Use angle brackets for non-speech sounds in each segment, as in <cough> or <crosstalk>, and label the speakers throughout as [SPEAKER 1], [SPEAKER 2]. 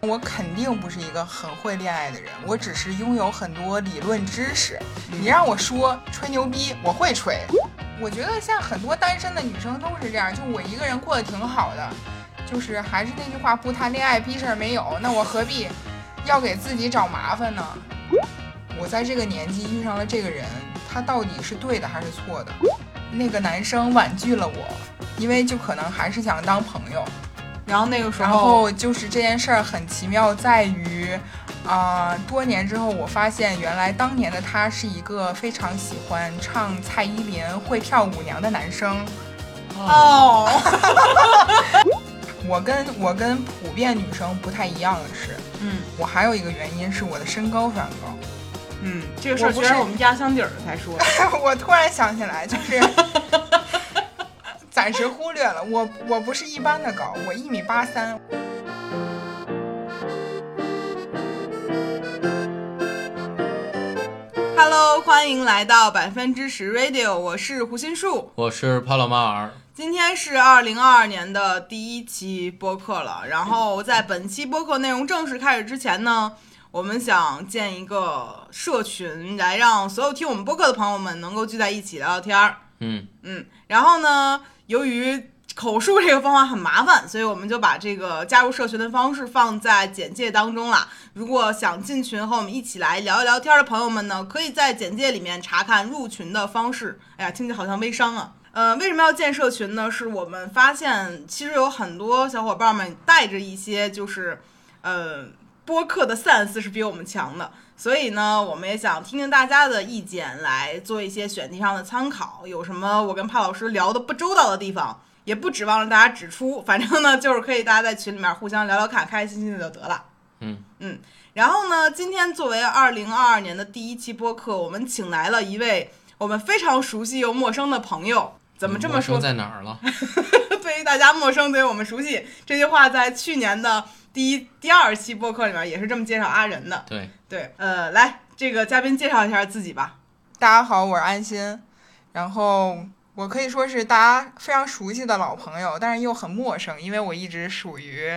[SPEAKER 1] 我肯定不是一个很会恋爱的人，我只是拥有很多理论知识。你让我说吹牛逼，我会吹。我觉得像很多单身的女生都是这样，就我一个人过得挺好的，就是还是那句话，不谈恋爱逼事儿没有，那我何必要给自己找麻烦呢？我在这个年纪遇上了这个人，他到底是对的还是错的？那个男生婉拒了我，因为就可能还是想当朋友。
[SPEAKER 2] 然后那个时
[SPEAKER 1] 然
[SPEAKER 2] 候，
[SPEAKER 1] 后就是这件事儿很奇妙，在于，啊、多年之后我发现，原来当年的他是一个非常喜欢唱蔡依林、会跳舞娘的男生。
[SPEAKER 2] 哦，
[SPEAKER 1] 我跟我跟普遍女生不太一样的是，
[SPEAKER 2] 嗯
[SPEAKER 1] 我还有一个原因是我的身高非常高。 <laughs>
[SPEAKER 2] 嗯，这个事
[SPEAKER 1] 我
[SPEAKER 2] 儿
[SPEAKER 1] 不
[SPEAKER 2] 全
[SPEAKER 1] 是
[SPEAKER 2] 是我们家乡底儿的才说的。
[SPEAKER 1] 我突然想起来，就是 <laughs> 暂时忽略了我，我不是一般的高，我一米八三。
[SPEAKER 2] Hello，欢迎来到百分之十 Radio，我是胡心树。
[SPEAKER 3] 我是帕洛马尔，
[SPEAKER 2] 今天是二零二二年的第一期播客了，然后在本期播客内容正式开始之前呢，我们想建一个社群，来让所有听我们播客的朋友们能够聚在一起聊聊天儿。
[SPEAKER 3] 嗯，
[SPEAKER 2] 嗯，然后呢，由于口述这个方法很麻烦，所以我们就把这个加入社群的方式放在简介当中啦。如果想进群和我们一起来聊一聊天的朋友们呢，可以在简介里面查看入群的方式。哎呀，听着好像微商啊。呃，为什么要建社群呢？是我们发现，其实有很多小伙伴们带着一些就是，呃，播客的 sense 是比我们强的，所以呢，我们也想听听大家的意见，来做一些选题上的参考。有什么我跟帕老师聊的不周到的地方，也不指望着大家指出，反正呢，就是可以大家在群里面互相聊聊看，开开心心的就得了。
[SPEAKER 3] 嗯
[SPEAKER 2] 嗯，然后呢，今天作为二零二二年的第一期播客，我们请来了一位我们非常熟悉又陌生的朋友。怎么这么
[SPEAKER 3] 陌
[SPEAKER 2] 说
[SPEAKER 3] 生？在哪儿了？
[SPEAKER 2] 对于大家陌生，对于我们熟悉，这句话在去年的第一、第二期播客里面也是这么介绍阿仁的。
[SPEAKER 3] 对，
[SPEAKER 2] 对，呃，来，这个嘉宾介绍一下自己吧。
[SPEAKER 1] 大家好，我是安心，然后我可以说是大家非常熟悉的老朋友，但是又很陌生，因为我一直属于，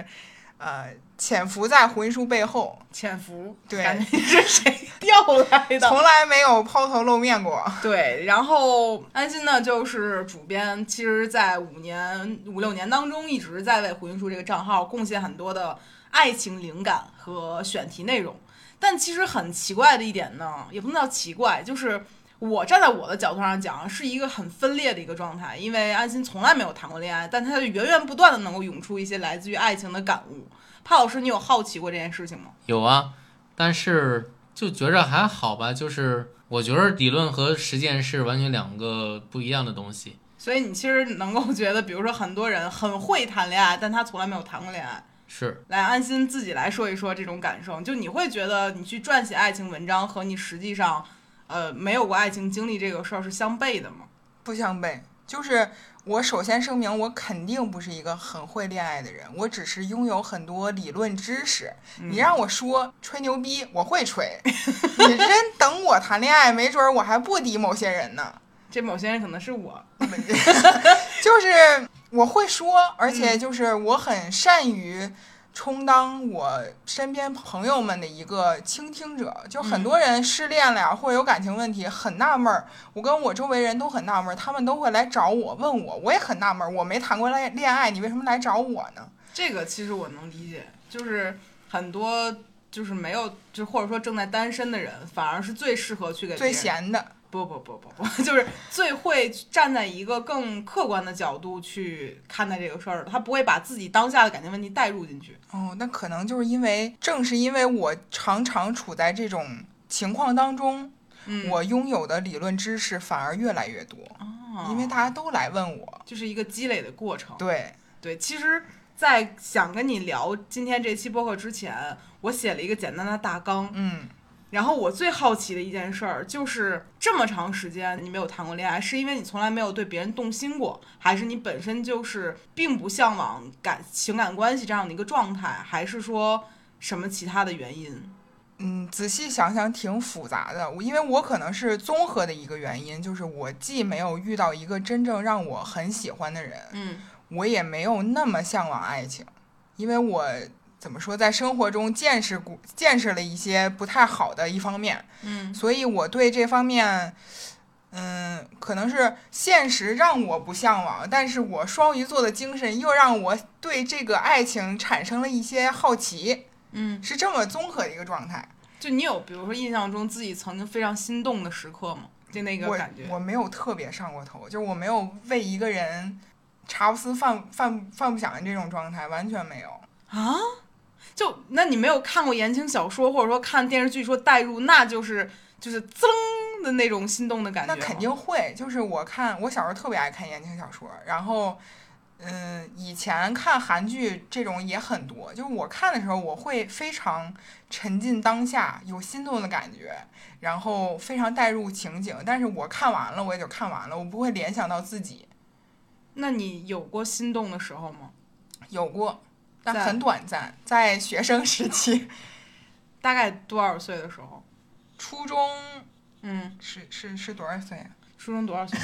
[SPEAKER 1] 呃，潜伏在婚书背后，
[SPEAKER 2] 潜伏，
[SPEAKER 1] 对
[SPEAKER 2] 感觉是谁调来的？
[SPEAKER 1] 从来没有抛头露面过。
[SPEAKER 2] <laughs> 对，然后安心呢，就是主编，其实，在五年、五六年当中，一直在为胡云舒这个账号贡献很多的爱情灵感和选题内容。但其实很奇怪的一点呢，也不能叫奇怪，就是我站在我的角度上讲，是一个很分裂的一个状态。因为安心从来没有谈过恋爱，但他就源源不断的能够涌出一些来自于爱情的感悟。帕老师，你有好奇过这件事情吗？
[SPEAKER 3] 有啊，但是就觉着还好吧，就是我觉得理论和实践是完全两个不一样的东西。
[SPEAKER 2] 所以你其实能够觉得，比如说很多人很会谈恋爱，但他从来没有谈过恋爱。
[SPEAKER 3] 是，
[SPEAKER 2] 来，安心自己来说一说这种感受，就你会觉得你去撰写爱情文章和你实际上，呃，没有过爱情经历这个事儿是相悖的吗？
[SPEAKER 1] 不相悖。就是我首先声明，我肯定不是一个很会恋爱的人，我只是拥有很多理论知识。你让我说吹牛逼，我会吹。你真等我谈恋爱，没准儿我还不敌某些人呢。
[SPEAKER 2] 这某些人可能是我，
[SPEAKER 1] <laughs> 就是我会说，而且就是我很善于充当我身边朋友们的一个倾听者。就很多人失恋了呀，或者有感情问题，很纳闷儿。我跟我周围人都很纳闷儿，他们都会来找我问我，我也很纳闷儿，我没谈过恋恋爱，你为什么来找我呢？
[SPEAKER 2] 这个其实我能理解，就是很多就是没有，就或者说正在单身的人，反而是最适合去给别
[SPEAKER 1] 最
[SPEAKER 2] 人
[SPEAKER 1] 闲的，
[SPEAKER 2] 不不不不不，就是最会站在一个更客观的角度去看待这个事儿的，他不会把自己当下的感情问题带入进去。
[SPEAKER 1] 哦，那可能就是因为，正是因为我常常处在这种情况当中，
[SPEAKER 2] 嗯，
[SPEAKER 1] 我拥有的理论知识反而越来越多，
[SPEAKER 2] 哦
[SPEAKER 1] 因为大家都来问我。
[SPEAKER 2] 就是一个积累的过程。
[SPEAKER 1] 对，
[SPEAKER 2] 对，其实，在想跟你聊今天这期播客之前，我写了一个简单的大纲。
[SPEAKER 1] 嗯。
[SPEAKER 2] 然后我最好奇的一件事儿就是，这么长时间你没有谈过恋爱，是因为你从来没有对别人动心过，还是你本身就是并不向往感情感关系这样的一个状态，还是说什么其他的原因？
[SPEAKER 1] 嗯，仔细想想挺复杂的，我因为我可能是综合的一个原因，就是我既没有遇到一个真正让我很喜欢的人，
[SPEAKER 2] 嗯
[SPEAKER 1] 我也没有那么向往爱情，因为我怎么说，在生活中见识过、见识了一些不太好的一方面，
[SPEAKER 2] 嗯
[SPEAKER 1] 所以我对这方面，嗯，可能是现实让我不向往，但是我双鱼座的精神又让我对这个爱情产生了一些好奇，
[SPEAKER 2] 嗯，
[SPEAKER 1] 是这么综合的一个状态。
[SPEAKER 2] 就你有比如说印象中自己曾经非常心动的时刻吗？就那个
[SPEAKER 1] 我
[SPEAKER 2] 感觉，
[SPEAKER 1] 我没有特别上过头，就是我没有为一个人茶不思饭饭饭不想的这种状态，完全没有。
[SPEAKER 2] 啊？就那你没有看过言情小说，或者说看电视剧说代入，那就是就是噌的那种心动的感觉
[SPEAKER 1] 那
[SPEAKER 2] 吗。
[SPEAKER 1] 肯定会，就是我看我小时候特别爱看言情小说，然后，嗯、以前看韩剧这种也很多。就是我看的时候，我会非常沉浸当下，有心动的感觉，然后非常带入情景。但是我看完了，我也就看完了，我不会联想到自己
[SPEAKER 2] 那你有过心动的时候吗？
[SPEAKER 1] 有过，但
[SPEAKER 2] 在
[SPEAKER 1] 很短暂，在学生时期，
[SPEAKER 2] 大概多少岁的时候？
[SPEAKER 1] 初中
[SPEAKER 2] 嗯，
[SPEAKER 1] 是是是多少岁啊？
[SPEAKER 2] 初中多少岁？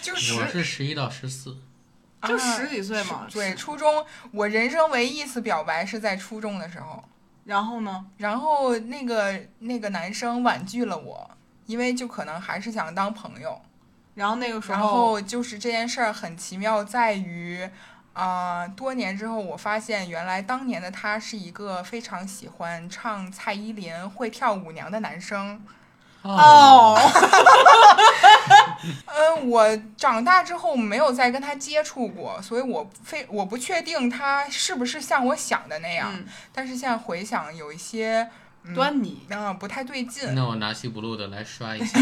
[SPEAKER 1] 就
[SPEAKER 3] 我
[SPEAKER 1] 十
[SPEAKER 3] 是十一到十四，
[SPEAKER 2] 就
[SPEAKER 1] 啊
[SPEAKER 2] 十几岁嘛。
[SPEAKER 1] 对，初中我人生唯一一次表白是在初中的时候。
[SPEAKER 2] 然后呢？
[SPEAKER 1] 然后那个那个男生婉拒了我，因为就可能还是想当朋友。
[SPEAKER 2] 然后那个时
[SPEAKER 1] 然
[SPEAKER 2] 候，嗯
[SPEAKER 1] 后就是这件事儿很奇妙，在于啊、多年之后我发现，原来当年的他是一个非常喜欢唱蔡依林、会跳舞娘的男生。
[SPEAKER 2] 哦，
[SPEAKER 1] 嗯，我长大之后没有再跟他接触过，所以我非我不确定他是不是像我想的那样。
[SPEAKER 2] 嗯，
[SPEAKER 1] 但是现在回想，有一些嗯
[SPEAKER 2] 端倪。
[SPEAKER 1] 啊、不太对劲。
[SPEAKER 3] <laughs> 那我拿西不露的来刷
[SPEAKER 2] <laughs>
[SPEAKER 3] 一下，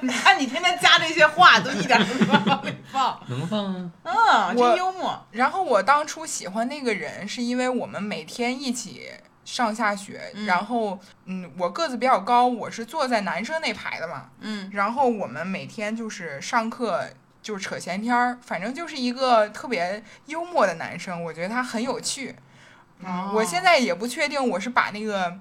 [SPEAKER 2] 你哎看你天天加这些话，都一点都不往里
[SPEAKER 1] <laughs>
[SPEAKER 2] 放。
[SPEAKER 3] 能放啊？
[SPEAKER 2] 嗯，
[SPEAKER 1] 我
[SPEAKER 2] 真幽默。
[SPEAKER 1] 然后我当初喜欢那个人，是因为我们每天一起上下学，
[SPEAKER 2] 嗯
[SPEAKER 1] 然后嗯，我个子比较高，我是坐在男生那排的嘛，
[SPEAKER 2] 嗯
[SPEAKER 1] 然后我们每天就是上课就是扯闲天儿，反正就是一个特别幽默的男生，我觉得他很有趣。嗯，
[SPEAKER 2] 哦
[SPEAKER 1] 我现在也不确定我是把那个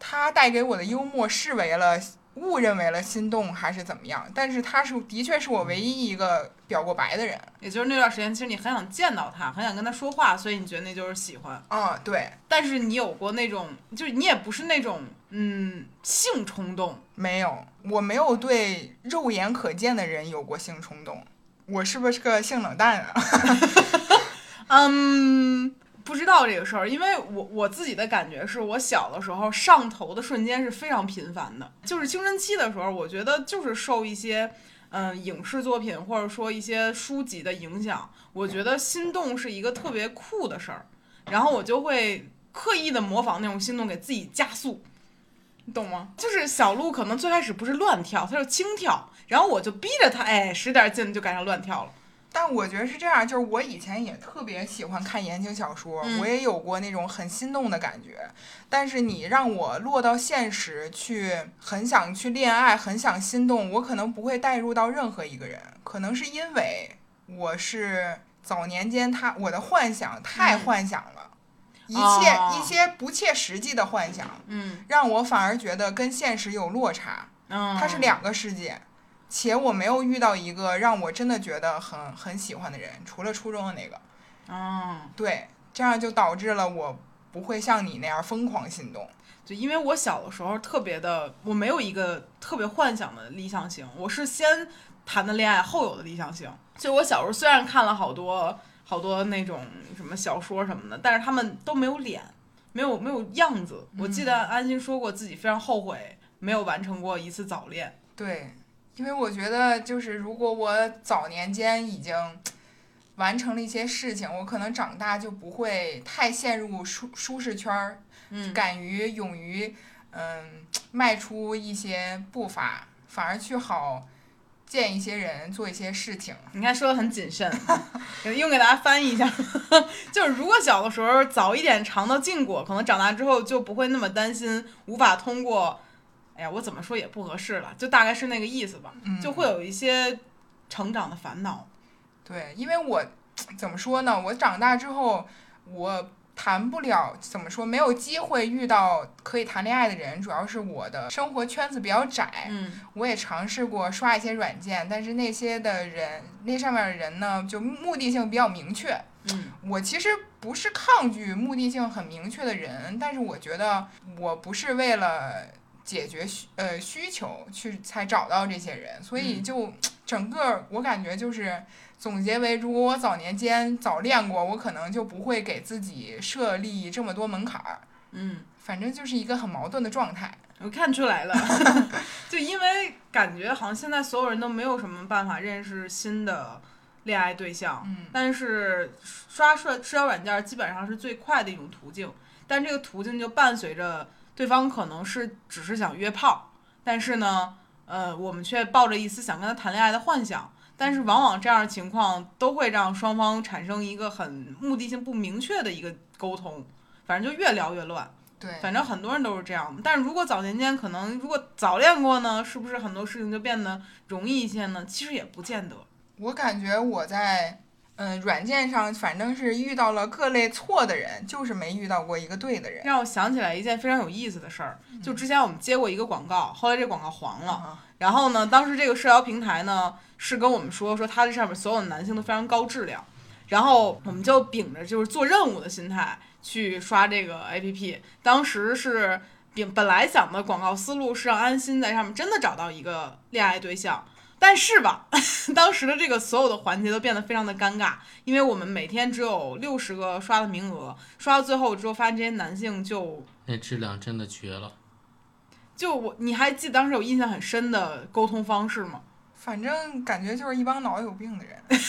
[SPEAKER 1] 他带给我的幽默视为了。误认为了心动还是怎么样，但是他是的确是我唯一一个表过白的人。
[SPEAKER 2] 也就是那段时间，其实你很想见到他，很想跟他说话，所以你觉得那就是喜欢。
[SPEAKER 1] 啊、对，
[SPEAKER 2] 但是你有过那种，就是你也不是那种，嗯，性冲动，
[SPEAKER 1] 没有，我没有对肉眼可见的人有过性冲动。我是不是个性冷淡啊？
[SPEAKER 2] 嗯，不知道这个事儿，因为我我自己的感觉是我小的时候上头的瞬间是非常频繁的，就是青春期的时候，我觉得就是受一些嗯影视作品或者说一些书籍的影响，我觉得心动是一个特别酷的事儿，然后我就会刻意的模仿那种心动，给自己加速。你 <laughs> 懂吗？就是小鹿可能最开始不是乱跳，它是轻跳，然后我就逼着它，哎，使点劲就赶上乱跳了。
[SPEAKER 1] 但我觉得是这样，就是我以前也特别喜欢看言情小说，
[SPEAKER 2] 嗯
[SPEAKER 1] 我也有过那种很心动的感觉。但是你让我落到现实去，很想去恋爱，很想心动，我可能不会带入到任何一个人。可能是因为我是早年间他我的幻想太
[SPEAKER 2] 嗯
[SPEAKER 1] 幻想了，一切、
[SPEAKER 2] 哦
[SPEAKER 1] 一些不切实际的幻想。
[SPEAKER 2] 嗯
[SPEAKER 1] 让我反而觉得跟现实有落差，
[SPEAKER 2] 嗯，
[SPEAKER 1] 它是两个世界，且我没有遇到一个让我真的觉得很很喜欢的人，除了初中的那个。
[SPEAKER 2] 嗯。
[SPEAKER 1] 对，这样就导致了我不会像你那样疯狂心动。
[SPEAKER 2] 就因为我小的时候特别的，我没有一个特别幻想的理想型，我是先谈的恋爱，后有的理想型。就我小时候虽然看了好多好多那种什么小说什么的，但是他们都没有脸，没有没有样子。我记得安心说过自己非常后悔没有完成过一次早恋。
[SPEAKER 1] 对，因为我觉得就是如果我早年间已经完成了一些事情，我可能长大就不会太陷入舒舒适圈儿，
[SPEAKER 2] 嗯，
[SPEAKER 1] 敢于勇于嗯迈出一些步伐，反而去好见一些人，做一些事情。
[SPEAKER 2] 你看说的很谨慎， <laughs> 用给大家翻译一下， <laughs> 就是如果小的时候早一点尝到禁果，可能长大之后就不会那么担心无法通过。哎呀，我怎么说也不合适了，就大概是那个意思吧，
[SPEAKER 1] 嗯
[SPEAKER 2] 就会有一些成长的烦恼。
[SPEAKER 1] 对，因为我怎么说呢？我长大之后，我谈不了，怎么说，没有机会遇到可以谈恋爱的人，主要是我的生活圈子比较窄。
[SPEAKER 2] 嗯，
[SPEAKER 1] 我也尝试过刷一些软件，但是那些的人，那上面的人呢，就目的性比较明确。
[SPEAKER 2] 嗯，
[SPEAKER 1] 我其实不是抗拒目的性很明确的人，但是我觉得我不是为了解决需呃需求去才找到这些人，所以
[SPEAKER 2] 嗯
[SPEAKER 1] 就整个我感觉就是总结为，如果我早年间早恋过，我可能就不会给自己设立这么多门槛儿，
[SPEAKER 2] 嗯，
[SPEAKER 1] 反正就是一个很矛盾的状态。
[SPEAKER 2] 我看出来 <laughs> 了，就因为感觉好像现在所有人都没有什么办法认识新的恋爱对象，
[SPEAKER 1] 嗯
[SPEAKER 2] 但是刷社社交软件基本上是最快的一种途径，但这个途径就伴随着对方可能是只是想约炮，但是呢，呃，我们却抱着一丝想跟他谈恋爱的幻想。但是往往这样的情况都会让双方产生一个很目的性不明确的一个沟通，反正就越聊越乱。
[SPEAKER 1] 对，
[SPEAKER 2] 反正很多人都是这样。但如果早年间可能如果早恋过呢，是不是很多事情就变得容易一些呢？其实也不见得。
[SPEAKER 1] 我感觉我在嗯、呃软件上，反正是遇到了各类错的人，就是没遇到过一个对的人。
[SPEAKER 2] 让我想起来一件非常有意思的事儿，就之前我们接过一个广告，后来这广告黄了。
[SPEAKER 1] 啊，
[SPEAKER 2] 然后呢，当时这个社交平台呢是跟我们说说它这上面所有的男性都非常高质量，然后我们就秉着就是做任务的心态去刷这个 APP。当时是秉本来想的广告思路是让安心在上面真的找到一个恋爱对象。但是吧， <laughs> 当时的这个所有的环节都变得非常的尴尬，因为我们每天只有六十个刷的名额，刷到最后之后，发现这些男性就
[SPEAKER 3] 那质量真的绝了。
[SPEAKER 2] 就我，你还记得当时有印象很深的沟通方式吗？
[SPEAKER 1] 反正感觉就是一帮脑有病的人。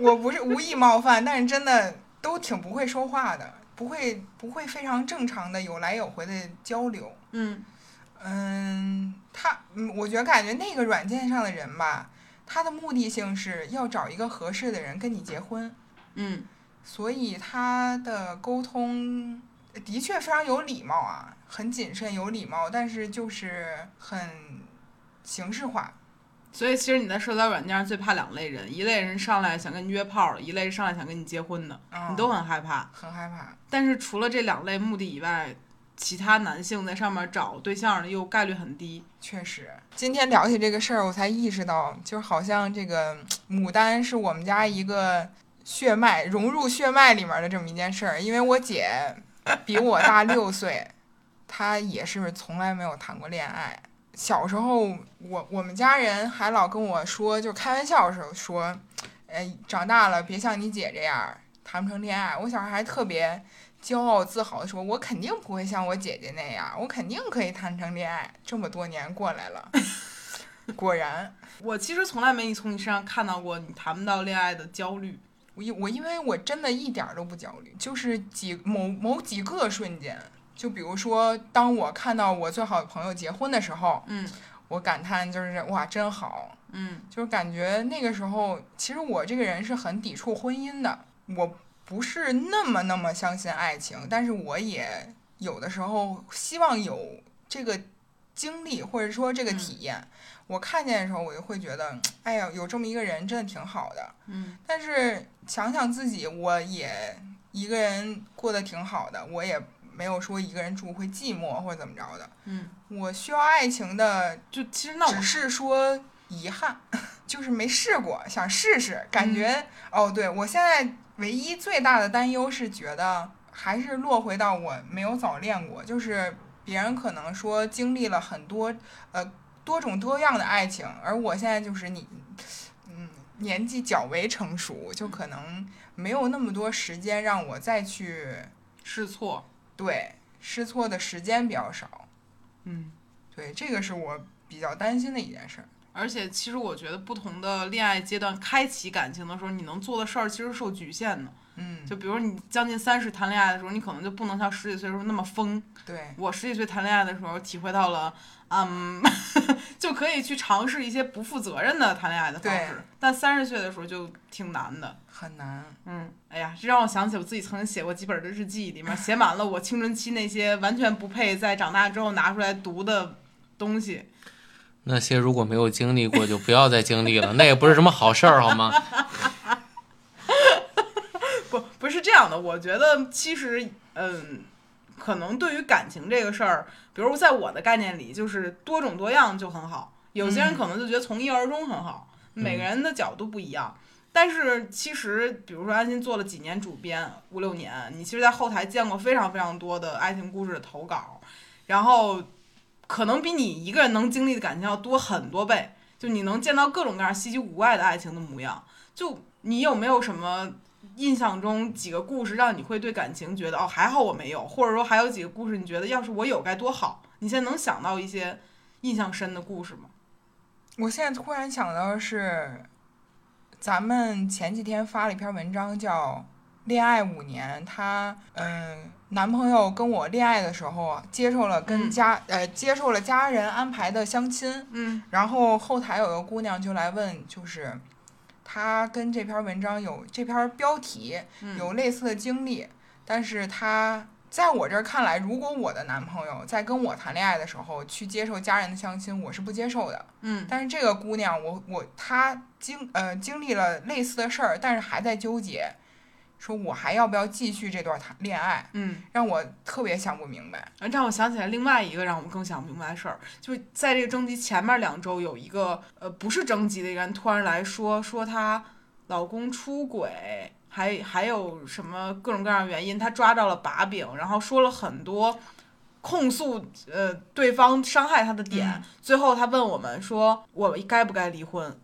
[SPEAKER 1] 我不是无意冒犯，但是真的都挺不会说话的，不会不会非常正常的有来有回的交流。
[SPEAKER 2] 嗯，
[SPEAKER 1] 嗯，他，嗯，我觉得感觉那个软件上的人吧，他的目的性是要找一个合适的人跟你结婚。
[SPEAKER 2] 嗯
[SPEAKER 1] 所以他的沟通的确非常有礼貌啊，很谨慎有礼貌，但是就是很形式化。，
[SPEAKER 2] 所以其实你在社交软件上最怕两类人，一类人上来想跟你约炮的，一类上来想跟你结婚的，
[SPEAKER 1] 啊，
[SPEAKER 2] 你都很害怕。
[SPEAKER 1] 很害怕。
[SPEAKER 2] 但是除了这两类目的以外，其他男性在上面找对象的又概率很低。
[SPEAKER 1] 确实，今天聊起这个事儿，我才意识到，就是好像这个牡丹是我们家一个血脉融入血脉里面的这么一件事儿。因为我姐比我大六岁，她也是从来没有谈过恋爱。小时候，我我们家人还老跟我说，就开玩笑的时候说，呃，长大了别像你姐这样儿谈不成恋爱。我小时候还特别骄傲自豪的说：“我肯定不会像我姐姐那样，我肯定可以谈成恋爱。”这么多年过来了，果然，
[SPEAKER 2] 我其实从来没从你身上看到过你谈不到恋爱的焦虑。
[SPEAKER 1] 我因我因为我真的一点儿都不焦虑，就是几某某几个瞬间，就比如说，当我看到我最好的朋友结婚的时候，
[SPEAKER 2] 嗯
[SPEAKER 1] 我感叹就是哇，真好，
[SPEAKER 2] 嗯
[SPEAKER 1] 就是感觉那个时候，其实我这个人是很抵触婚姻的，我不是那么那么相信爱情，但是我也有的时候希望有这个经历或者说这个
[SPEAKER 2] 嗯
[SPEAKER 1] 体验。我看见的时候，我就会觉得，哎呀，有这么一个人真的挺好的。
[SPEAKER 2] 嗯
[SPEAKER 1] 但是想想自己，我也一个人过得挺好的，我也没有说一个人住会寂寞或者怎么着的。
[SPEAKER 2] 嗯，
[SPEAKER 1] 我需要爱情的
[SPEAKER 2] 就其实那我
[SPEAKER 1] 只是说遗憾， <laughs> 就是没试过，想试试，感觉、哦，对我现在唯一最大的担忧是觉得还是落回到我没有早恋过，就是别人可能说经历了很多呃多种多样的爱情，而我现在就是你，嗯，年纪较为成熟，就可能没有那么多时间让我再去
[SPEAKER 2] 试错。
[SPEAKER 1] 对试错的时间比较少，
[SPEAKER 2] 嗯。
[SPEAKER 1] 对这个是我比较担心的一件事儿。
[SPEAKER 2] 而且，其实我觉得不同的恋爱阶段开启感情的时候，你能做的事儿其实受局限的。
[SPEAKER 1] 嗯，
[SPEAKER 2] 就比如你将近三十谈恋爱的时候，你可能就不能像十几岁的时候那么疯。
[SPEAKER 1] 对，
[SPEAKER 2] 我十几岁谈恋爱的时候，体会到了，嗯， <laughs> 就可以去尝试一些不负责任的谈恋爱的方
[SPEAKER 1] 对
[SPEAKER 2] 式。但三十岁的时候就挺难的。
[SPEAKER 1] 很难。
[SPEAKER 2] 嗯，哎呀，这让我想起我自己曾经写过几本的日记，
[SPEAKER 1] <laughs>
[SPEAKER 2] 里面写满了我青春期那些完全不配在长大之后拿出来读的东西。
[SPEAKER 3] 那些如果没有经历过，就不要
[SPEAKER 2] <laughs>
[SPEAKER 3] 再经历了，那也不是什么好事儿，好吗？
[SPEAKER 2] 不，不是这样的，我觉得其实，嗯，可能对于感情这个事儿，比如在我的概念里，就是多种多样就很好。有些人可能就觉得从一而终很好，每个人的角度不一样。但是其实，比如说安心做了几年主编，五六年，你其实，在后台见过非常非常多的爱情故事的投稿，然后可能比你一个人能经历的感情要多很多倍，就你能见到各种各样稀奇古怪的爱情的模样。就你有没有什么印象中几个故事让你会对感情觉得哦还好我没有，或者说还有几个故事你觉得要是我有该多好？你现在能想到一些印象深的故事吗？
[SPEAKER 1] 我现在突然想到的是，咱们前几天发了一篇文章，叫《恋爱五年》，她嗯、男朋友跟我恋爱的时候，啊接受了跟
[SPEAKER 2] 嗯
[SPEAKER 1] 家、呃接受了家人安排的相亲，
[SPEAKER 2] 嗯
[SPEAKER 1] 然后后台有个姑娘就来问，就是她跟这篇文章有这篇标题
[SPEAKER 2] 嗯
[SPEAKER 1] 有类似的经历，但是她在我这儿看来，如果我的男朋友在跟我谈恋爱的时候去接受家人的相亲，我是不接受的。
[SPEAKER 2] 嗯
[SPEAKER 1] 但是这个姑娘，我我她经呃经历了类似的事儿，但是还在纠结，说我还要不要继续这段谈恋爱，
[SPEAKER 2] 嗯，
[SPEAKER 1] 让我特别想不明白。
[SPEAKER 2] 啊让我想起来另外一个让我们更想不明白的事儿，就是在这个征集前面两周，有一个呃不是征集的人突然来说说她老公出轨，还还有什么各种各样的原因，她抓到了把柄，然后说了很多控诉呃对方伤害她的点，
[SPEAKER 1] 嗯
[SPEAKER 2] 最后她问我们说我该不该离婚，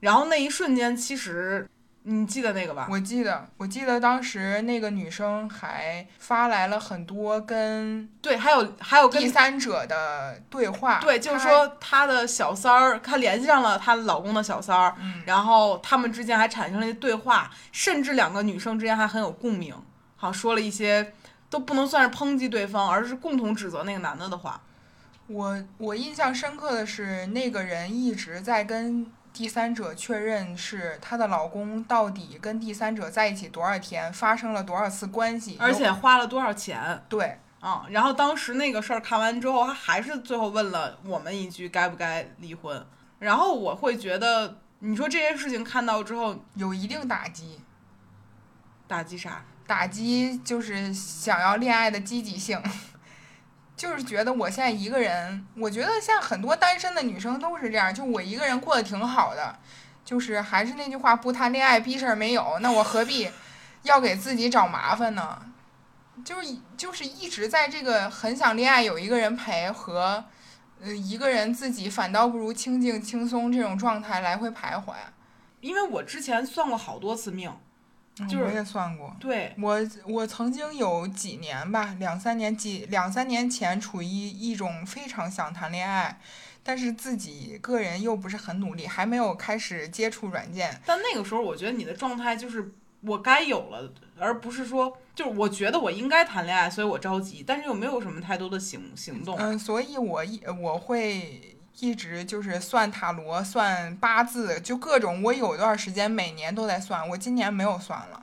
[SPEAKER 2] 然后那一瞬间其实你记得那个吧？
[SPEAKER 1] 我记得我记得当时那个女生还发来了很多跟
[SPEAKER 2] 对，还有还哦有跟
[SPEAKER 1] 第三者的对话，
[SPEAKER 2] 对，就是
[SPEAKER 1] 她，
[SPEAKER 2] 说她的小三儿，她联系上了她老公的小三儿，
[SPEAKER 1] 嗯，
[SPEAKER 2] 然后他们之间还产生了一些对话，甚至两个女生之间还很有共鸣，好像说了一些都不能算是抨击对方，而是共同指责那个男的的话。
[SPEAKER 1] 我我印象深刻的是，那个人一直在跟第三者确认是她的老公到底跟第三者在一起多少天，发生了多少次关系，
[SPEAKER 2] 而
[SPEAKER 1] 有
[SPEAKER 2] 且花了多少钱
[SPEAKER 1] 对，
[SPEAKER 2] 啊、然后当时那个事儿看完之后，他还是最后问了我们一句该不该离婚。然后我会觉得，你说这些事情看到之后
[SPEAKER 1] 有一定打击，
[SPEAKER 2] 打击啥？
[SPEAKER 1] 打击就是想要恋爱的积极性， <laughs> 就是觉得我现在一个人，我觉得现在很多单身的女生都是这样，就我一个人过得挺好的，就是还是那句话，不谈恋爱逼事儿没有，那我何必要给自己找麻烦呢？就是就是一直在这个很想恋爱有一个人陪和，呃一个人自己反倒不如清静轻松这种状态来回徘徊。
[SPEAKER 2] 因为我之前算过好多次命，
[SPEAKER 1] 嗯
[SPEAKER 2] 就是
[SPEAKER 1] 我也算过，
[SPEAKER 2] 对，
[SPEAKER 1] 我我曾经有几年吧，两三年几两三年前处于一种非常想谈恋爱，但是自己个人又不是很努力，还没有开始接触软件。
[SPEAKER 2] 但那个时候，我觉得你的状态就是我该有了，而不是说就是我觉得我应该谈恋爱，所以我着急，但是又没有什么太多的行行动。
[SPEAKER 1] 嗯，所以我一我会一直就是算塔罗、算八字，就各种。我有段时间每年都在算，我今年没有算了。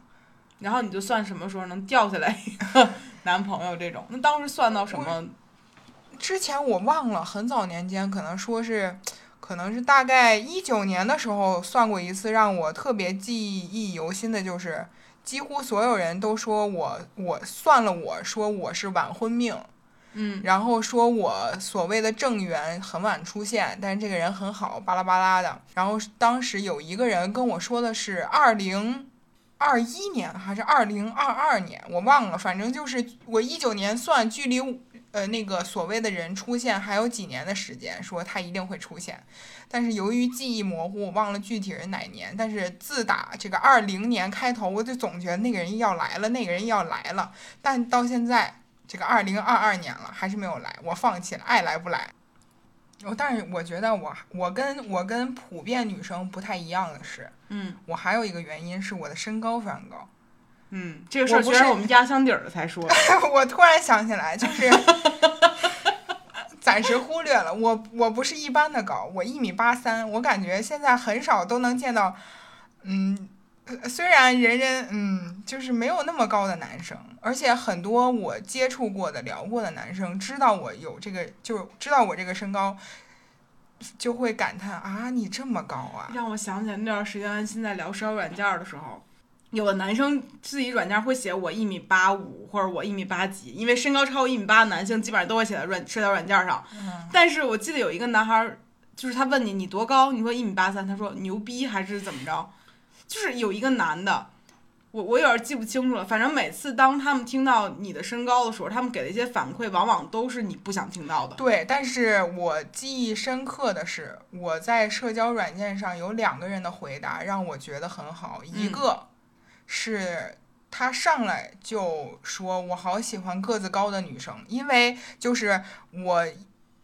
[SPEAKER 2] 然后你就算什么时候能掉下来一
[SPEAKER 1] <laughs>
[SPEAKER 2] 个男朋友这种，那当时算到什么？
[SPEAKER 1] 之前我忘了，很早年间可能说是，可能是大概一九年的时候算过一次，让我特别记忆犹新的就是，几乎所有人都说我我算了我说我是晚婚命，
[SPEAKER 2] 嗯，
[SPEAKER 1] 然后说我所谓的正缘很晚出现，但是这个人很好，巴拉巴拉的。然后当时有一个人跟我说的是二零二一年还是二零二二年，我忘了，反正就是我一九年算，距离呃那个所谓的人出现还有几年的时间，说他一定会出现。但是由于记忆模糊，我忘了具体是哪年。但是自打这个二零年开头，我就总觉得那个人要来了，那个人要来了，但到现在。这个二零二二年了，还是没有来，我放弃了，爱来不来。我、但是我觉得我我跟我跟普遍女生不太一样的是，
[SPEAKER 2] 嗯
[SPEAKER 1] 我还有一个原因是我的身高非常高。
[SPEAKER 2] 嗯，这个事儿
[SPEAKER 1] 我不
[SPEAKER 2] 全
[SPEAKER 1] 是
[SPEAKER 2] 是我们压箱底儿的才说。
[SPEAKER 1] <laughs> 我突然想起来，就是 <laughs> 暂时忽略了我我不是一般的高，我一米八三，我感觉现在很少都能见到，嗯，呃虽然人人嗯就是没有那么高的男生，而且很多我接触过的聊过的男生知道我有这个，就是知道我这个身高。就会感叹啊，你这么高啊！
[SPEAKER 2] 让我想起来那段时间安心在聊社交软件儿的时候，有的男生自己软件会写我一米八五或者我一米八几，因为身高超过一米八的男性基本上都会写在软社交软件上。但是我记得有一个男孩儿，就是他问你你多高，你说一米八三，他说牛逼还是怎么着？就是有一个男的，我我有点记不清楚了。反正每次当他们听到你的身高的时候，他们给的一些反馈往往都是你不想听到的。
[SPEAKER 1] 对，但是我记忆深刻的是，我在社交软件上有两个人的回答让我觉得很好，一
[SPEAKER 2] 嗯
[SPEAKER 1] 个是。他上来就说：“我好喜欢个子高的女生，因为就是我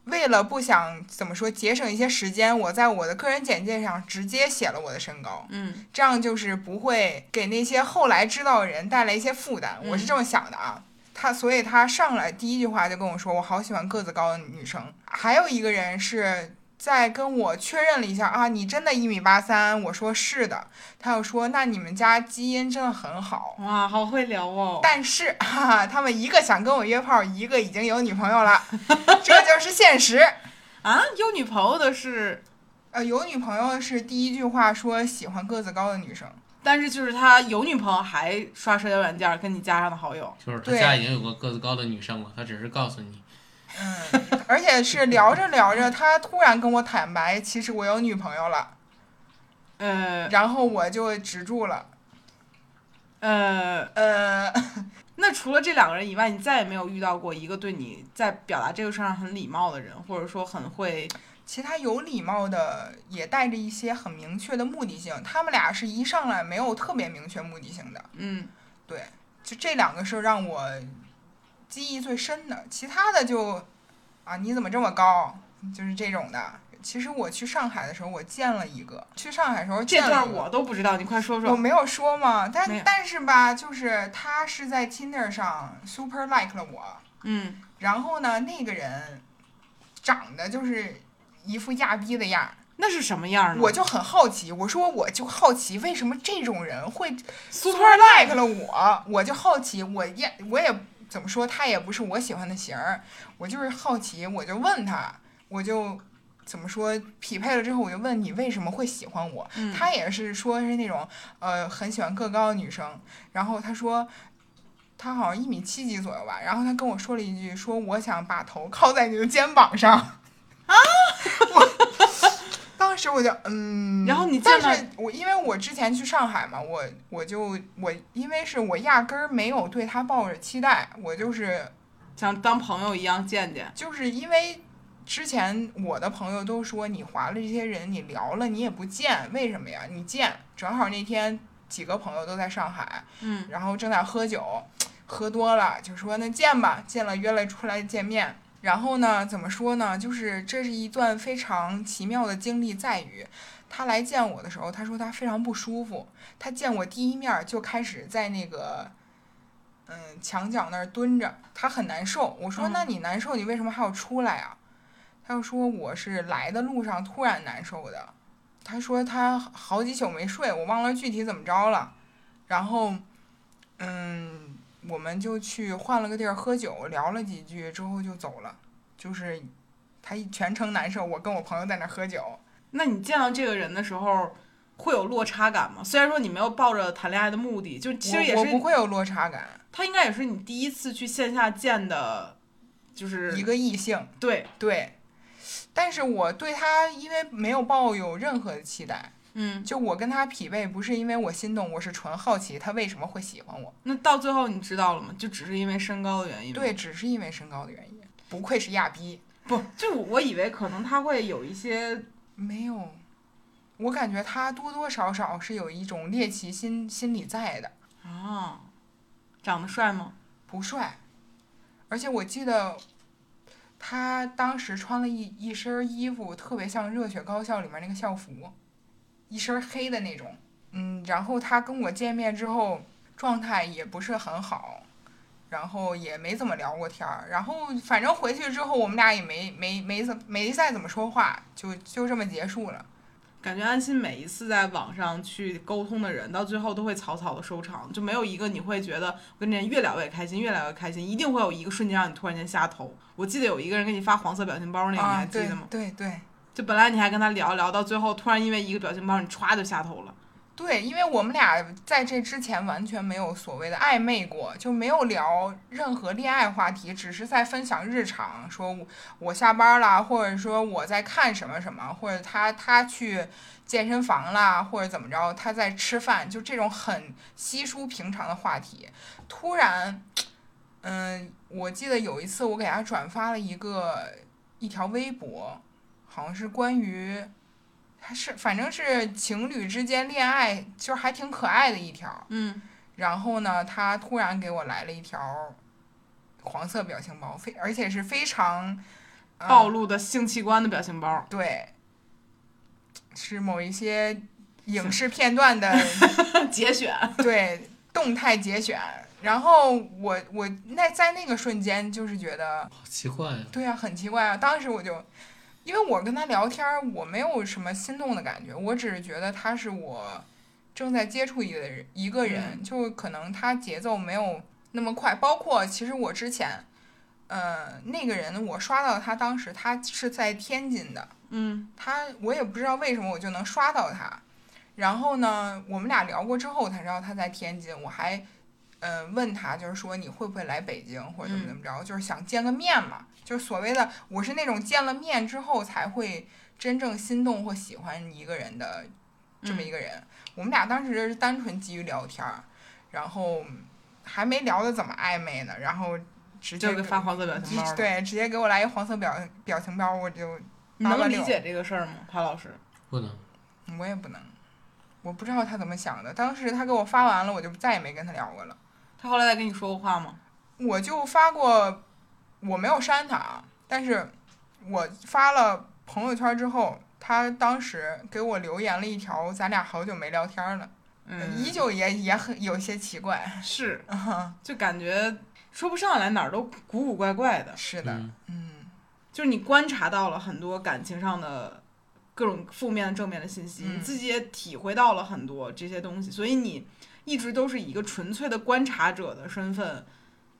[SPEAKER 1] 为了不想怎么说节省一些时间，我在我的个人简介上直接写了我的身高，
[SPEAKER 2] 嗯
[SPEAKER 1] 这样就是不会给那些后来知道的人带来一些负担。我是这么想的啊。他所以他上来第一句话就跟我说：“我好喜欢个子高的女生。”还有一个人是在跟我确认了一下啊，你真的一米八三？我说是的。他又说：“那你们家基因真的很好。”
[SPEAKER 2] 哇，好会聊哦。
[SPEAKER 1] 但是哈、哈，他们一个想跟我约炮，一个已经有女朋友了，这就是现实。
[SPEAKER 2] 啊，有女朋友的是，
[SPEAKER 1] 呃，有女朋友是第一句话说喜欢个子高的女生，
[SPEAKER 2] 但是就是他有女朋友还刷社交软件跟你加上的好友。
[SPEAKER 3] 就是他
[SPEAKER 1] 对
[SPEAKER 3] 家已经有个个子高的女生了，他只是告诉你，
[SPEAKER 1] 嗯，而且是聊着聊着，他突然跟我坦白，其实我有女朋友了，
[SPEAKER 2] 呃
[SPEAKER 1] 然后我就止住了。
[SPEAKER 2] 呃，
[SPEAKER 1] 呃， <laughs>
[SPEAKER 2] 那除了这两个人以外，你再也没有遇到过一个对你在表达这个事儿上很礼貌的人，或者说很会
[SPEAKER 1] 其他有礼貌的也带着一些很明确的目的性，他们俩是一上来没有特别明确目的性的，
[SPEAKER 2] 嗯
[SPEAKER 1] 就这两个是让我记忆最深的，其他的就啊你怎么这么高，就是这种的。其实我去上海的时候，我见了一个，去上海的时候
[SPEAKER 2] 这
[SPEAKER 1] 见了
[SPEAKER 2] 段
[SPEAKER 1] 一个
[SPEAKER 2] 我都不知道，你快说
[SPEAKER 1] 我
[SPEAKER 2] 说。
[SPEAKER 1] 没有说嘛，
[SPEAKER 2] 没有
[SPEAKER 1] 但但是吧，就是他是在 Tinder 上 super like 了我，
[SPEAKER 2] 嗯
[SPEAKER 1] 然后呢，那个人长得就是一副亚逼的样儿，
[SPEAKER 2] 那是什么样儿呢？
[SPEAKER 1] 我就很好奇，我说我就好奇为什么这种人会
[SPEAKER 2] super
[SPEAKER 1] super like 了我，我就好奇，我也我也怎么说，他也不是我喜欢的型儿，我就是好奇，我就问他，我就怎么说匹配了之后，我就问你为什么会喜欢我，
[SPEAKER 2] 嗯
[SPEAKER 1] 他也是说是那种呃很喜欢个高的女生，然后他说他好像一米七几左右吧，然后他跟我说了一句，说我想把头靠在你的肩膀上啊， <laughs> 我当时我就嗯，
[SPEAKER 2] 然后你见
[SPEAKER 1] 但
[SPEAKER 2] 到
[SPEAKER 1] 是我因为我之前去上海嘛，我我就我因为是我压根儿没有对他抱着期待，我就是
[SPEAKER 2] 像当朋友一样见见。
[SPEAKER 1] 就是因为之前我的朋友都说你划了这些人，你聊了你也不见，为什么呀？你见，正好那天几个朋友都在上海，
[SPEAKER 2] 嗯
[SPEAKER 1] 然后正在喝酒，喝多了就说那见吧，见了约了出来见面。然后呢，怎么说呢？就是这是一段非常奇妙的经历，在于他来见我的时候，他说他非常不舒服。他见我第一面儿就开始在那个嗯墙角那儿蹲着，他很难受。我说：“
[SPEAKER 2] 嗯
[SPEAKER 1] 那你难受，你为什么还要出来啊？”他就说：“我是来的路上突然难受的。”他说他好几宿没睡，我忘了具体怎么着了。然后，嗯，我们就去换了个地儿喝酒，聊了几句之后就走了。就是他一全程难受，我跟我朋友在那儿喝酒。
[SPEAKER 2] 那你见到这个人的时候，会有落差感吗？虽然说你没有抱着谈恋爱的目的，就其实也
[SPEAKER 1] 我我不
[SPEAKER 2] 是
[SPEAKER 1] 会有落差感，
[SPEAKER 2] 他应该也是你第一次去线下见的，就是
[SPEAKER 1] 一个异性。
[SPEAKER 2] 对，
[SPEAKER 1] 对，但是我对他因为没有抱有任何的期待，
[SPEAKER 2] 嗯。
[SPEAKER 1] 就我跟他匹配，不是因为我心动，我是纯好奇他为什么会喜欢我。
[SPEAKER 2] 那到最后你知道了吗？就只是因为身高的原因吗。
[SPEAKER 1] 对，只是因为身高的原因。不愧是亚逼，
[SPEAKER 2] 不，就我以为可能他会有一些，
[SPEAKER 1] 没有，我感觉他多多少少是有一种猎奇心心理在的，
[SPEAKER 2] 啊，长得帅吗？
[SPEAKER 1] 不帅。而且我记得他当时穿了一一身衣服，特别像《热血高校》里面那个校服，一身黑的那种。嗯，然后他跟我见面之后，状态也不是很好，然后也没怎么聊过天儿。然后反正回去之后，我们俩也没没没怎没再怎么说话，就就这么结束了。
[SPEAKER 2] 感觉安心每一次在网上去沟通的人，到最后都会草草的收场，就没有一个你会觉得我跟这人越聊越开心，越聊越开心，一定会有一个瞬间让你突然间下头。我记得有一个人给你发黄色表情包那个，你
[SPEAKER 1] 啊
[SPEAKER 2] 还，记
[SPEAKER 1] 对
[SPEAKER 2] 得吗？
[SPEAKER 1] 对对
[SPEAKER 2] 就本来你还跟他聊聊，到最后突然因为一个表情包，你歘就下头了。
[SPEAKER 1] 对，因为我们俩在这之前完全没有所谓的暧昧过，就没有聊任何恋爱话题，只是在分享日常，说我我下班啦，或者说我在看什么什么，或者他他去健身房啦，或者怎么着，他在吃饭，就这种很稀疏平常的话题。突然，嗯，我记得有一次我给他转发了一个一条微博，好像是关于。还是反正是情侣之间恋爱，就是还挺可爱的一条。
[SPEAKER 2] 嗯，
[SPEAKER 1] 然后呢，他突然给我来了一条黄色表情包，非而且是非常、呃
[SPEAKER 2] 暴露的性器官的表情包，
[SPEAKER 1] 对，是某一些影视片段的
[SPEAKER 2] <laughs> 节选，
[SPEAKER 1] 对动态节选。然后我我那在那个瞬间就是觉得
[SPEAKER 3] 好奇怪呀、
[SPEAKER 1] 对呀、很奇怪啊！当时我就，因为我跟他聊天儿，我没有什么心动的感觉，我只是觉得他是我正在接触一个人，一个人，就可能他节奏没有那么快。包括其实我之前，呃，那个人我刷到他，当时他是在天津的，
[SPEAKER 2] 嗯
[SPEAKER 1] 他我也不知道为什么我就能刷到他。然后呢，我们俩聊过之后，才知道他在天津，我还。呃，问他就是说你会不会来北京或者怎么怎么
[SPEAKER 2] 嗯
[SPEAKER 1] 着，就是想见个面嘛，就是所谓的我是那种见了面之后才会真正心动或喜欢一个人的这么一个人。
[SPEAKER 2] 嗯
[SPEAKER 1] 我们俩当时是单纯基于聊天儿，然后还没聊的怎么暧昧呢，然后直接
[SPEAKER 2] 就给发黄色表情包
[SPEAKER 1] 直
[SPEAKER 2] 了。
[SPEAKER 1] 对，直接给我来一黄色表表情包，我就
[SPEAKER 2] 你能
[SPEAKER 1] 886
[SPEAKER 2] 理解这个事儿吗，潘老师？
[SPEAKER 3] 不能，
[SPEAKER 1] 嗯我也不能，我不知道他怎么想的。当时他给我发完了，我就再也没跟他聊过了。
[SPEAKER 2] 他后来再跟你说过话吗？
[SPEAKER 1] 我就发过，我没有删他啊，但是我发了朋友圈之后，他当时给我留言了一条，咱俩好久没聊天了，
[SPEAKER 2] 嗯，
[SPEAKER 1] 依旧也也很有些奇怪。
[SPEAKER 2] 是，就感觉说不上来，哪儿都古古怪怪的。
[SPEAKER 1] 是的，
[SPEAKER 3] 嗯，
[SPEAKER 1] 嗯
[SPEAKER 2] 就是你观察到了很多感情上的各种负面、正面的信息，
[SPEAKER 1] 嗯
[SPEAKER 2] 你自己也体会到了很多这些东西，所以你一直都是以一个纯粹的观察者的身份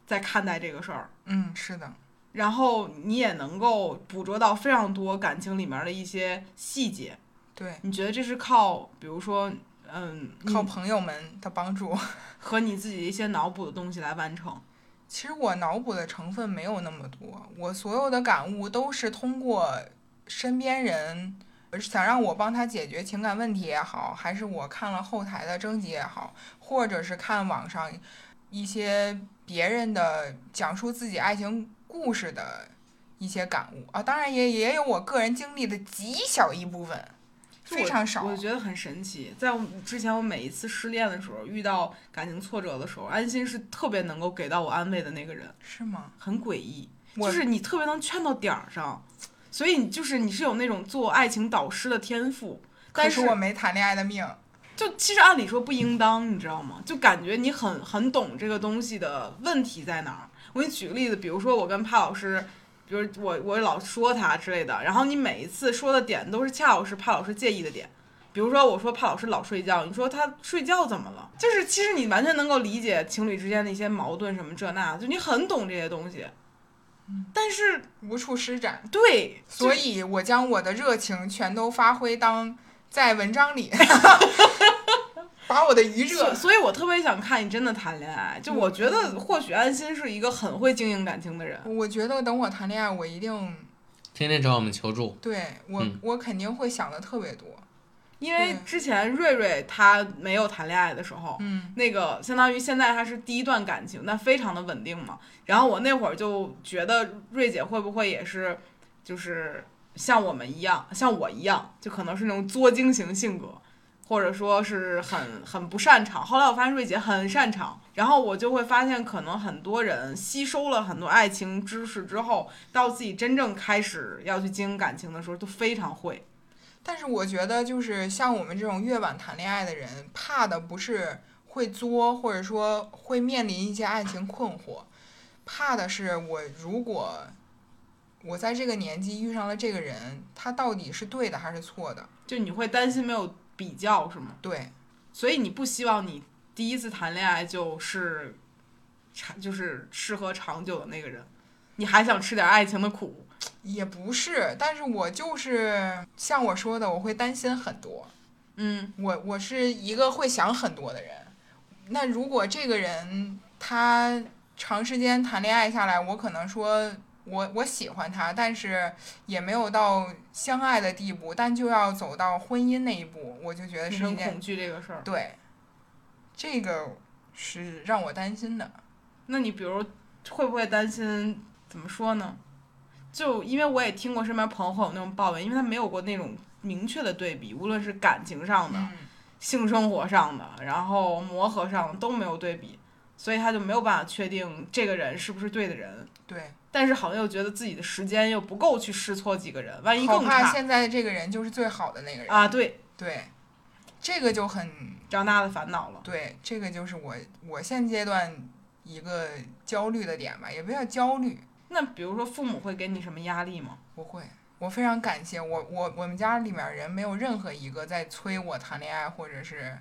[SPEAKER 2] 在看待这个事儿，
[SPEAKER 1] 嗯，是的，
[SPEAKER 2] 然后你也能够捕捉到非常多感情里面的一些细节。
[SPEAKER 1] 对，
[SPEAKER 2] 你觉得这是靠，比如说，嗯，
[SPEAKER 1] 靠
[SPEAKER 2] 你
[SPEAKER 1] 朋友们的帮助。
[SPEAKER 2] 和你自己的一些脑补的东西来完成。
[SPEAKER 1] 其实我脑补的成分没有那么多，我所有的感悟都是通过身边人呃想让我帮他解决情感问题也好，还是我看了后台的征集也好，或者是看网上一些别人的讲述自己爱情故事的一些感悟啊，当然也也有我个人经历的极小一部分，
[SPEAKER 2] 就
[SPEAKER 1] 非
[SPEAKER 2] 我
[SPEAKER 1] 常少
[SPEAKER 2] 我。觉得很神奇。在我之前，我每一次失恋的时候，遇到感情挫折的时候，安心是特别能够给到我安慰的那个人，
[SPEAKER 1] 是吗？
[SPEAKER 2] 很诡异，
[SPEAKER 1] 我
[SPEAKER 2] 就是你特别能劝到点儿上，所以你就是你是有那种做爱情导师的天赋。
[SPEAKER 1] 可
[SPEAKER 2] 但
[SPEAKER 1] 是
[SPEAKER 2] 是
[SPEAKER 1] 我没谈恋爱的命。
[SPEAKER 2] 就其实按理说不应当，你知道吗？就感觉你很很懂这个东西的问题在哪儿。我给你举个例子，比如说我跟帕老师，比如我我老说他之类的，然后你每一次说的点都是恰好是帕老师介意的点。比如说我说帕老师老睡觉，你说他睡觉怎么了？就是其实你完全能够理解情侣之间的一些矛盾什么这那，就你很懂这些东西。但是
[SPEAKER 1] 无处施展，
[SPEAKER 2] 对，
[SPEAKER 1] 所以我将我的热情全都发挥当在文章里，把我的余
[SPEAKER 2] 所
[SPEAKER 1] 热。嗯
[SPEAKER 2] 所以，我特别想看你真的谈恋爱。就我觉得，或许安心是一个很会经营感情的人。
[SPEAKER 1] 我觉得等我谈恋爱，我一定
[SPEAKER 3] 天天找我们求助，
[SPEAKER 1] 对我、
[SPEAKER 3] 嗯
[SPEAKER 1] 我肯定会想的特别多。
[SPEAKER 2] 因为
[SPEAKER 1] 对
[SPEAKER 2] 之前瑞瑞她没有谈恋爱的时候，
[SPEAKER 1] 嗯，
[SPEAKER 2] 那个相当于现在她是第一段感情，但非常的稳定嘛。然后我那会儿就觉得瑞姐会不会也是，就是像我们一样，像我一样，就可能是那种作精型性格，或者说是很很不擅长。后来我发现瑞姐很擅长，然后我就会发现，可能很多人吸收了很多爱情知识之后，到自己真正开始要去经营感情的时候，都非常会。
[SPEAKER 1] 但是我觉得就是像我们这种越晚谈恋爱的人，怕的不是会作，或者说会面临一些爱情困惑，怕的是我如果我在这个年纪遇上了这个人，他到底是对的还是错的？
[SPEAKER 2] 就你会担心没有比较是吗？
[SPEAKER 1] 对，
[SPEAKER 2] 所以你不希望你第一次谈恋爱就是长就是适合长久的那个人，你还想吃点爱情的苦，
[SPEAKER 1] 也不是，但是我就是像我说的，我会担心很多，
[SPEAKER 2] 嗯
[SPEAKER 1] 我我是一个会想很多的人。那如果这个人他长时间谈恋爱下来，我可能说我我喜欢他，但是也没有到相爱的地步，但就要走到婚姻那一步，我就觉得
[SPEAKER 2] 女
[SPEAKER 1] 是一
[SPEAKER 2] 生
[SPEAKER 1] 件
[SPEAKER 2] 恐惧这个事儿。
[SPEAKER 1] 对，这个是让我担心的。
[SPEAKER 2] 那你比如会不会担心怎么说呢？就因为我也听过身边朋友会有那种抱怨，因为他没有过那种明确的对比，无论是感情上的、
[SPEAKER 1] 嗯，
[SPEAKER 2] 性生活上的，然后磨合上的都没有对比，所以他就没有办法确定这个人是不是对的人。
[SPEAKER 1] 对，
[SPEAKER 2] 但是好像又觉得自己的时间又不够去试错几个人，万一
[SPEAKER 1] 好
[SPEAKER 2] 更
[SPEAKER 1] 怕
[SPEAKER 2] 差
[SPEAKER 1] 现在这个人就是最好的那个人。
[SPEAKER 2] 啊！对，
[SPEAKER 1] 对，这个就很
[SPEAKER 2] 长大的烦恼了。
[SPEAKER 1] 对，这个就是我我现阶段一个焦虑的点吧，也不叫焦虑，
[SPEAKER 2] 那比如说父母会给你什么压力吗？
[SPEAKER 1] 不会，我非常感谢我我我们家里面人没有任何一个在催我谈恋爱或者是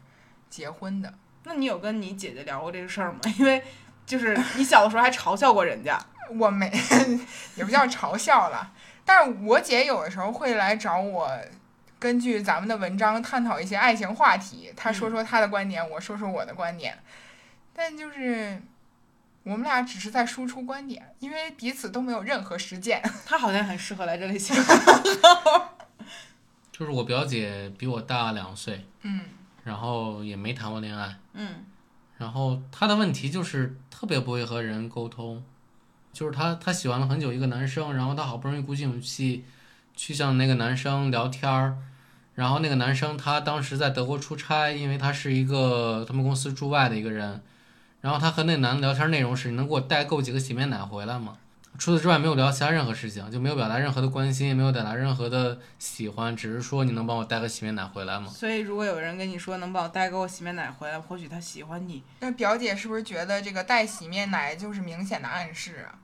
[SPEAKER 1] 结婚的，
[SPEAKER 2] 那你有跟你姐姐聊过这个事儿吗？ <laughs> 因为就是你小的时候还嘲笑过人家，
[SPEAKER 1] 我没 <laughs> 也不叫嘲笑了，但是我姐有的时候会来找我。根据咱们的文章探讨一些爱情话题，她
[SPEAKER 2] 嗯
[SPEAKER 1] 说说她的观点，我说说我的观点，但就是我们俩只是在输出观点，因为彼此都没有任何实践。
[SPEAKER 2] 她好像很适合来这里写。
[SPEAKER 3] 就是我表姐比我大两岁，
[SPEAKER 1] 嗯，
[SPEAKER 3] 然后也没谈过恋爱，
[SPEAKER 2] 嗯
[SPEAKER 3] 然后她的问题就是特别不会和人沟通，就是她她喜欢了很久一个男生，然后她好不容易鼓起勇气去向那个男生聊天儿，然后那个男生他当时在德国出差，因为他是一个他们公司驻外的一个人，然后他和那男的聊天内容是你能给我代购几个洗面奶回来吗？除此之外没有聊其他任何事情，就没有表达任何的关心，也没有表达任何的喜欢，只是说你能帮我带个洗面奶回来吗？
[SPEAKER 2] 所以如果有人跟你说能帮我带给我洗面奶回来，或许他喜欢你。
[SPEAKER 1] 那表姐是不是觉得这个带洗面奶就是明显的暗示啊？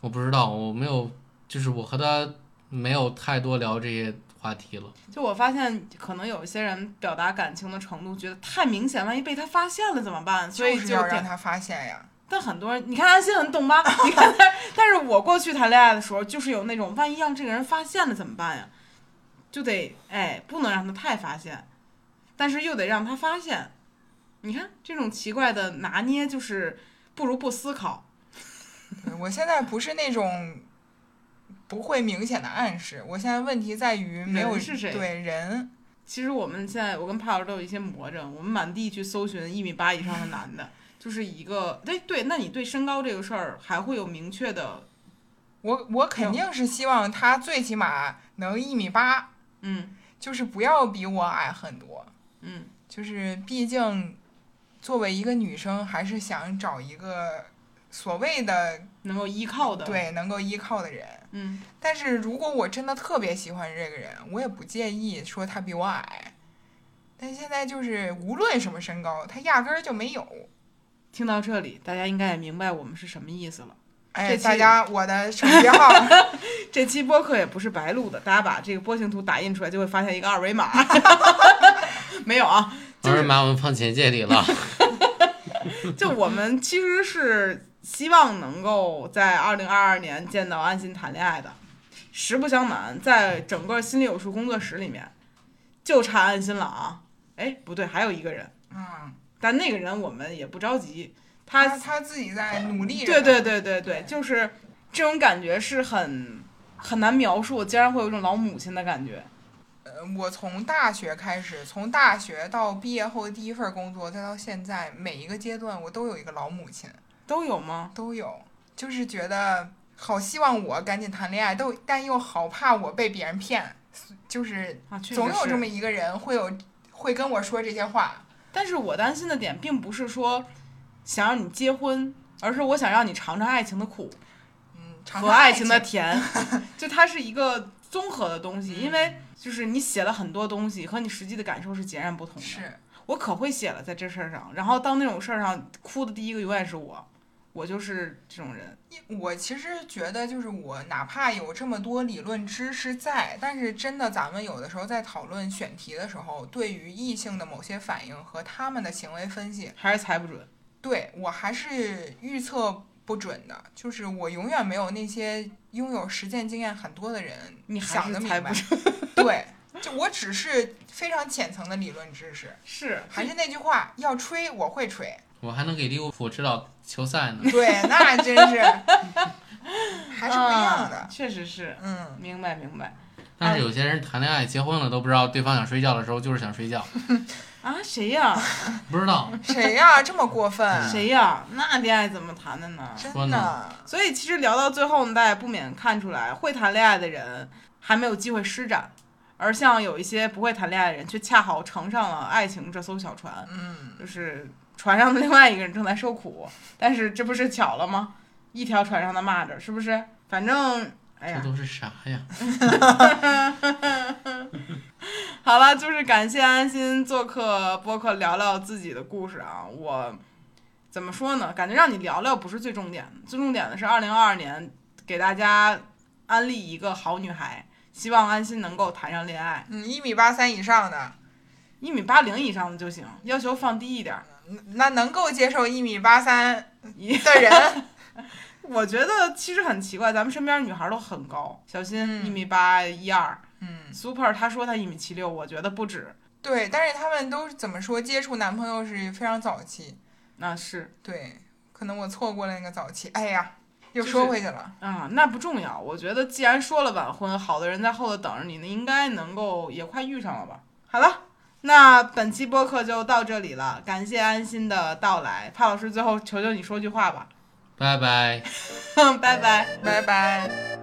[SPEAKER 3] 我不知道，我没有，就是我和他没有太多聊这些话题了。
[SPEAKER 2] 就我发现，可能有一些人表达感情的程度觉得太明显，万一被他发现了怎么办？所以
[SPEAKER 1] 就是
[SPEAKER 2] 就
[SPEAKER 1] 要让
[SPEAKER 2] 挺。
[SPEAKER 1] 她发现呀。
[SPEAKER 2] 但很多人，你看安心很懂吧？你看他，但是我过去谈恋爱的时候，就是有那种万一让这个人发现了怎么办呀？就得哎，不能让他太发现，但是又得让他发现。你看这种奇怪的拿捏，就是不如不思考。
[SPEAKER 1] 对我现在不是那种不会明显的暗示，我现在问题在于没有
[SPEAKER 2] 人是谁
[SPEAKER 1] 对人，
[SPEAKER 2] 其实我们现在，我跟帕老师都有一些魔怔，我们满地去搜寻一米八以上的男的，就是一个哎对，那你对身高这个事儿还会有明确的
[SPEAKER 1] 我我
[SPEAKER 2] 嗯
[SPEAKER 1] 肯定是希望他最起码能一米八，
[SPEAKER 2] 嗯
[SPEAKER 1] 就是不要比我矮很多，
[SPEAKER 2] 嗯
[SPEAKER 1] 就是毕竟作为一个女生，还是想找一个所谓的
[SPEAKER 2] 能够依靠的
[SPEAKER 1] 对能够依靠的人。
[SPEAKER 2] 嗯
[SPEAKER 1] 但是如果我真的特别喜欢这个人，我也不介意说他比我矮。但现在就是无论什么身高，他压根儿就没有。
[SPEAKER 2] 听到这里，大家应该也明白我们是什么意思了。
[SPEAKER 1] 哎，
[SPEAKER 2] 这期
[SPEAKER 1] 大家我的手机
[SPEAKER 2] <laughs>
[SPEAKER 1] 号
[SPEAKER 2] 这期播客也不是白录的，大家把这个波形图打印出来，就会发现一个二维码。 <laughs> 没有啊，就
[SPEAKER 3] 二维
[SPEAKER 2] 是
[SPEAKER 3] 码我们放简介里了。 <laughs>
[SPEAKER 2] 就我们其实是希望能够在二零二二年见到安心谈恋爱的。实不相瞒，在整个心里有数工作室里面，就差安心了啊！哎，不对，还有一个人，
[SPEAKER 1] 嗯，
[SPEAKER 2] 但那个人我们也不着急，他
[SPEAKER 1] 他他自己在努力着
[SPEAKER 2] 对
[SPEAKER 1] 呢。
[SPEAKER 2] 对对对对，就是这种感觉是很很难描述，竟然会有一种老母亲的感觉。
[SPEAKER 1] 呃，我从大学开始，从大学到毕业后第一份工作，再到现在，每一个阶段我都有一个老母亲，
[SPEAKER 2] 都有吗？
[SPEAKER 1] 都有，就是觉得好希望我赶紧谈恋爱，都但又好怕我被别人骗，就是
[SPEAKER 2] 啊，确实
[SPEAKER 1] 总有
[SPEAKER 2] 是
[SPEAKER 1] 这么一个人会有会跟我说这些话。
[SPEAKER 2] 但是我担心的点并不是说想让你结婚，而是我想让你尝尝爱情的苦
[SPEAKER 1] 嗯，尝
[SPEAKER 2] 和
[SPEAKER 1] 尝
[SPEAKER 2] 爱
[SPEAKER 1] 情
[SPEAKER 2] 情
[SPEAKER 1] <laughs>
[SPEAKER 2] 的甜，就它是一个综合的东西，因
[SPEAKER 1] 嗯
[SPEAKER 2] 为就是你写了很多东西和你实际的感受是截然不同的。
[SPEAKER 1] 是
[SPEAKER 2] 我可会写了在这事儿上，然后到那种事儿上哭的第一个永远是我，我就是这种人。
[SPEAKER 1] 我其实觉得，就是我哪怕有这么多理论知识在，但是真的咱们有的时候在讨论选题的时候，对于异性的某些反应和他们的行为分析，
[SPEAKER 2] 还是猜不准，
[SPEAKER 1] 对我还是预测不准的。就是我永远没有那些拥有实践经验很多的人
[SPEAKER 2] 你还
[SPEAKER 1] 想
[SPEAKER 2] 是
[SPEAKER 1] 的明
[SPEAKER 2] 猜不
[SPEAKER 1] 白。
[SPEAKER 2] 准。
[SPEAKER 1] 对，就我只是非常浅层的理论知识，
[SPEAKER 2] 是
[SPEAKER 1] 还是那句话，要吹我会吹。
[SPEAKER 3] 我还能给利物浦指导球赛呢。
[SPEAKER 1] 对，那真
[SPEAKER 2] <laughs>
[SPEAKER 1] 是还是不一样的
[SPEAKER 2] 嗯。确实是，
[SPEAKER 1] 嗯，
[SPEAKER 2] 明白明白
[SPEAKER 3] 但是有些人谈恋爱、结婚了都不知道对方想睡觉的时候就是想睡觉，
[SPEAKER 2] 啊，谁呀、
[SPEAKER 3] 不知道。
[SPEAKER 1] 谁呀、这么过分？
[SPEAKER 2] 谁呀、那恋爱怎么谈的呢？
[SPEAKER 3] 说
[SPEAKER 1] 真的
[SPEAKER 3] 呢？
[SPEAKER 2] 所以其实聊到最后呢，大家也不免看出来，会谈恋爱的人还没有机会施展，而像有一些不会谈恋爱的人，却恰好乘上了爱情这艘小船，
[SPEAKER 1] 嗯，
[SPEAKER 2] 就是船上的另外一个人正在受苦，但是这不是巧了吗？一条船上的蚂蚱，是不是？反正，哎
[SPEAKER 3] 这
[SPEAKER 2] 呀，
[SPEAKER 3] 都是啥呀？
[SPEAKER 2] <laughs> 好了，就是感谢安心做客播客，聊聊自己的故事啊。我怎么说呢？感觉让你聊聊不是最重点的，最重点的是二零二二年给大家安利一个好女孩，希望安心能够谈上恋爱，
[SPEAKER 1] 嗯，一米八三以上的，
[SPEAKER 2] 一米八零以上的就行，要求放低一点儿。
[SPEAKER 1] 嗯那能够接受一米八三
[SPEAKER 2] 一
[SPEAKER 1] 的
[SPEAKER 3] <laughs>
[SPEAKER 1] 人，
[SPEAKER 2] 我觉得其实很奇怪，咱们身边女孩都很高，小新
[SPEAKER 1] 嗯
[SPEAKER 2] 一米八一二
[SPEAKER 1] 嗯，
[SPEAKER 2] ，Super 他说他一米七六，我觉得不止，
[SPEAKER 1] 对，但是他们都是怎么说？接触男朋友是非常早期，
[SPEAKER 2] 那是
[SPEAKER 1] 对，可能我错过了那个早期。哎呀，又
[SPEAKER 2] 就是
[SPEAKER 1] 说回去了。
[SPEAKER 2] 啊，那不重要。我觉得既然说了晚婚，好的人在后头等着你呢，应该能够也快遇上了吧？好了，那本期播客就到这里了，感谢安心的到来。帕老师，最后求求你说句话吧，
[SPEAKER 3] 拜拜。
[SPEAKER 2] <laughs> 拜拜。
[SPEAKER 1] 拜拜。